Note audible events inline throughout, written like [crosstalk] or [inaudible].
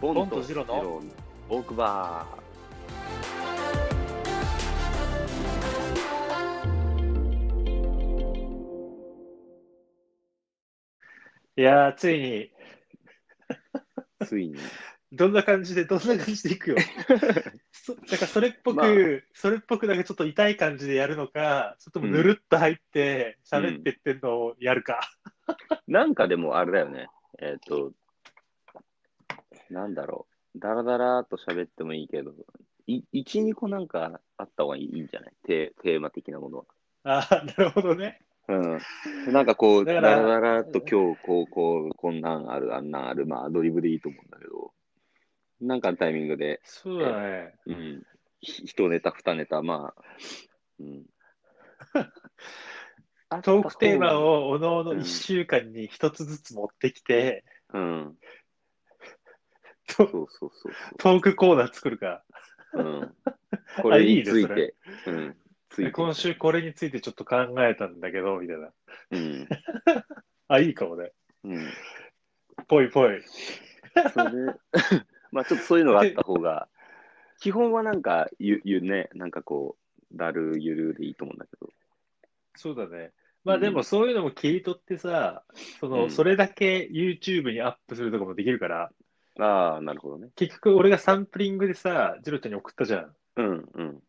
ボボンとジロのボークバー。いやー、ついに、ついに。どんな感じで、どんな感じでいく [laughs] よ。そだからそれっぽく、まあそれっぽくなんかちょっと痛い感じでやるのか、それともぬるっと入って、うん喋ってってんのをやるか。なんかでもあれだよね。えっ、と、なんだろう。だらだらっと喋ってもいいけど、い1、2個なんかあった方がいいんじゃないテーテーマ的なものは。ああ、なるほどね。うん。なんかこう、だだかららだらっと今日、こう、こう、こんなんある、あんなんある、まあアドリブでいいと思うんだけど、なんかのタイミングで、そうだね。うん、ひ一ネタ、二ネタ、まあ、 [laughs] うん。トークテーマを。を、おのおの1週間に1つずつ持ってきて、うん。トそうそうそうトークコーナー作るか。そう。うん。これについあいいて、うん。ついて。今週これについてちょっと考えたんだけど、みたいな。うん。あ、いいかもね。うん。ぽいぽい。それで、まあちょっとそういうのがあった方が、基本はなんか、ゆ、ゆね、なんかこう、だるゆるでいいと思うんだけど。そうだね。まあうんでもそういうのも切り取ってさ、その、うんそれだけ YouTube にアップするとかもできるから、ああ、なるほどね。結局俺がサンプリングでさ、ジロちゃんに送ったじゃん。うんうん。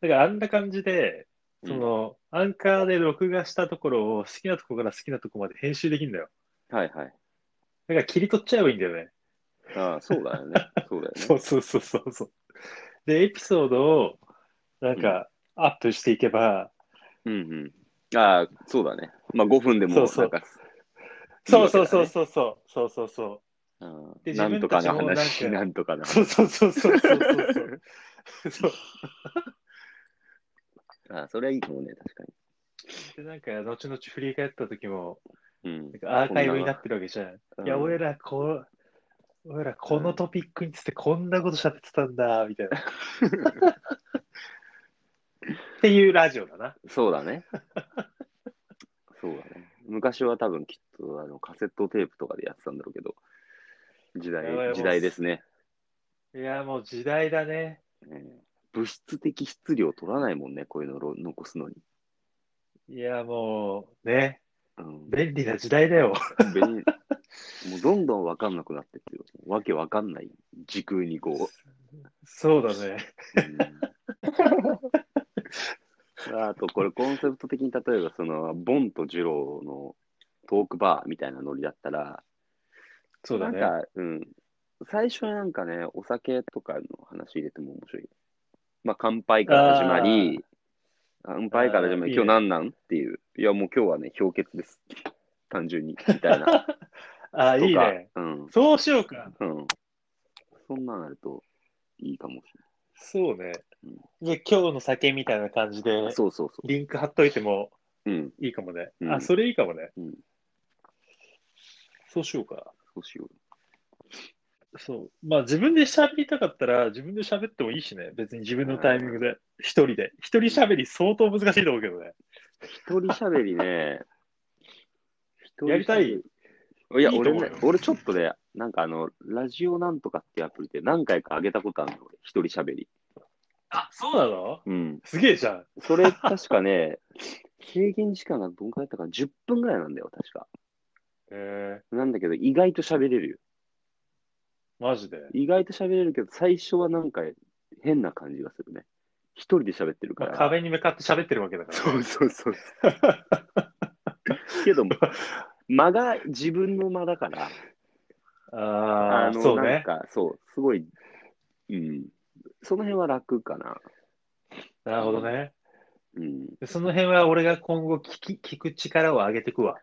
だからあんな感じで、その、アンカーで録画したところを好きなとこから好きなとこまで編集できるんだよ。うん、はいはい。だから切り取っちゃえばいいんだよね。ああ、そうだよ [laughs] ね。そうだよそね。うそうそうそうそう。で、エピソードを、なんか、アップしていけば、うんうん。ああ、そうだね。まあ5分でも、そなうそうんか、そうそうそうそうそう、そうそうそう。うんでなんとかの話、自分たちもなんかなんとかの話。そうそうそうそうそうそ [laughs] う。そうああ、それはいいかもね、確かで、なんか、後々振り返った時も、に。なんかアーカイブになってるわけじゃん。うん。いや、俺ら。ら、こう、俺らこのトピックについてこんなこと喋ってたんだ、みたいな。っていうラジオだな。そうだ [laughs] ね。そうだね。昔は多分きっとあのカセットテープとかでやってたんだろうけど、時やばいも代、う時代ですね。いや、もう時代だね。うん物質的質量取らないもんね、こういうのを残すのに。いや、もう、ね、うん、便利な時代だよ。便利もうどんどん分かんなくなってってるわけ分かんない時空にこそうだね。う。うんあとこれコンセプト的に例えばそのボンとジローのトークバーみたいなノリだったら、そうだね。なんか、うん、最初になんかね、お酒とかの話入れても面白い。まあ乾杯から始まり、乾杯から始まり、あーいいね今日何なんっていう。いやもう今日はね、氷結です。単純に。み [laughs] たいな。とか、あ、いいね。うん。そうしようか。うん。そんなんあるといいかもしそうねうん。で、今日の酒みたいな感じでれない。、そうそうそリンク貼っといてもう。うん。いいかもね。うんあ、それいいかもね。うんそうしようか。そうしよそう。まあ自分で喋りたかったら自分で喋ってもいいしね。別に自分のタイミングで、一人で。一人喋り相当難しいと思うけどう。ね。一人喋りね。一人喋りやりたいいや、いいと俺思うよね、俺ちょっとね、なんかあの、ラジオなんとかっていうアプリで何回か上げたことあるの、俺一人喋り。あ、そうなのうん。すげえじゃん。それ、確か [laughs] ね、制限時間がどんくらいだったかな、10分ぐらいなんだよ、確か。えなんだけど、意外と喋れるよ。ー、マジで。意外と喋れるけど、最初はなんか変な感じがするね。一人で喋ってるかまあら。壁に向かって喋ってるわけだから。そうそうそう。けど、間が自分の間だから、ああ、の、そうなんね。か、そう、すごい、うん。その辺は楽かな。なるほどね。うん。でその辺は俺が今後聞き、聞く力を上げていくわ。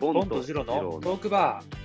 ボボンとジロのトークバー。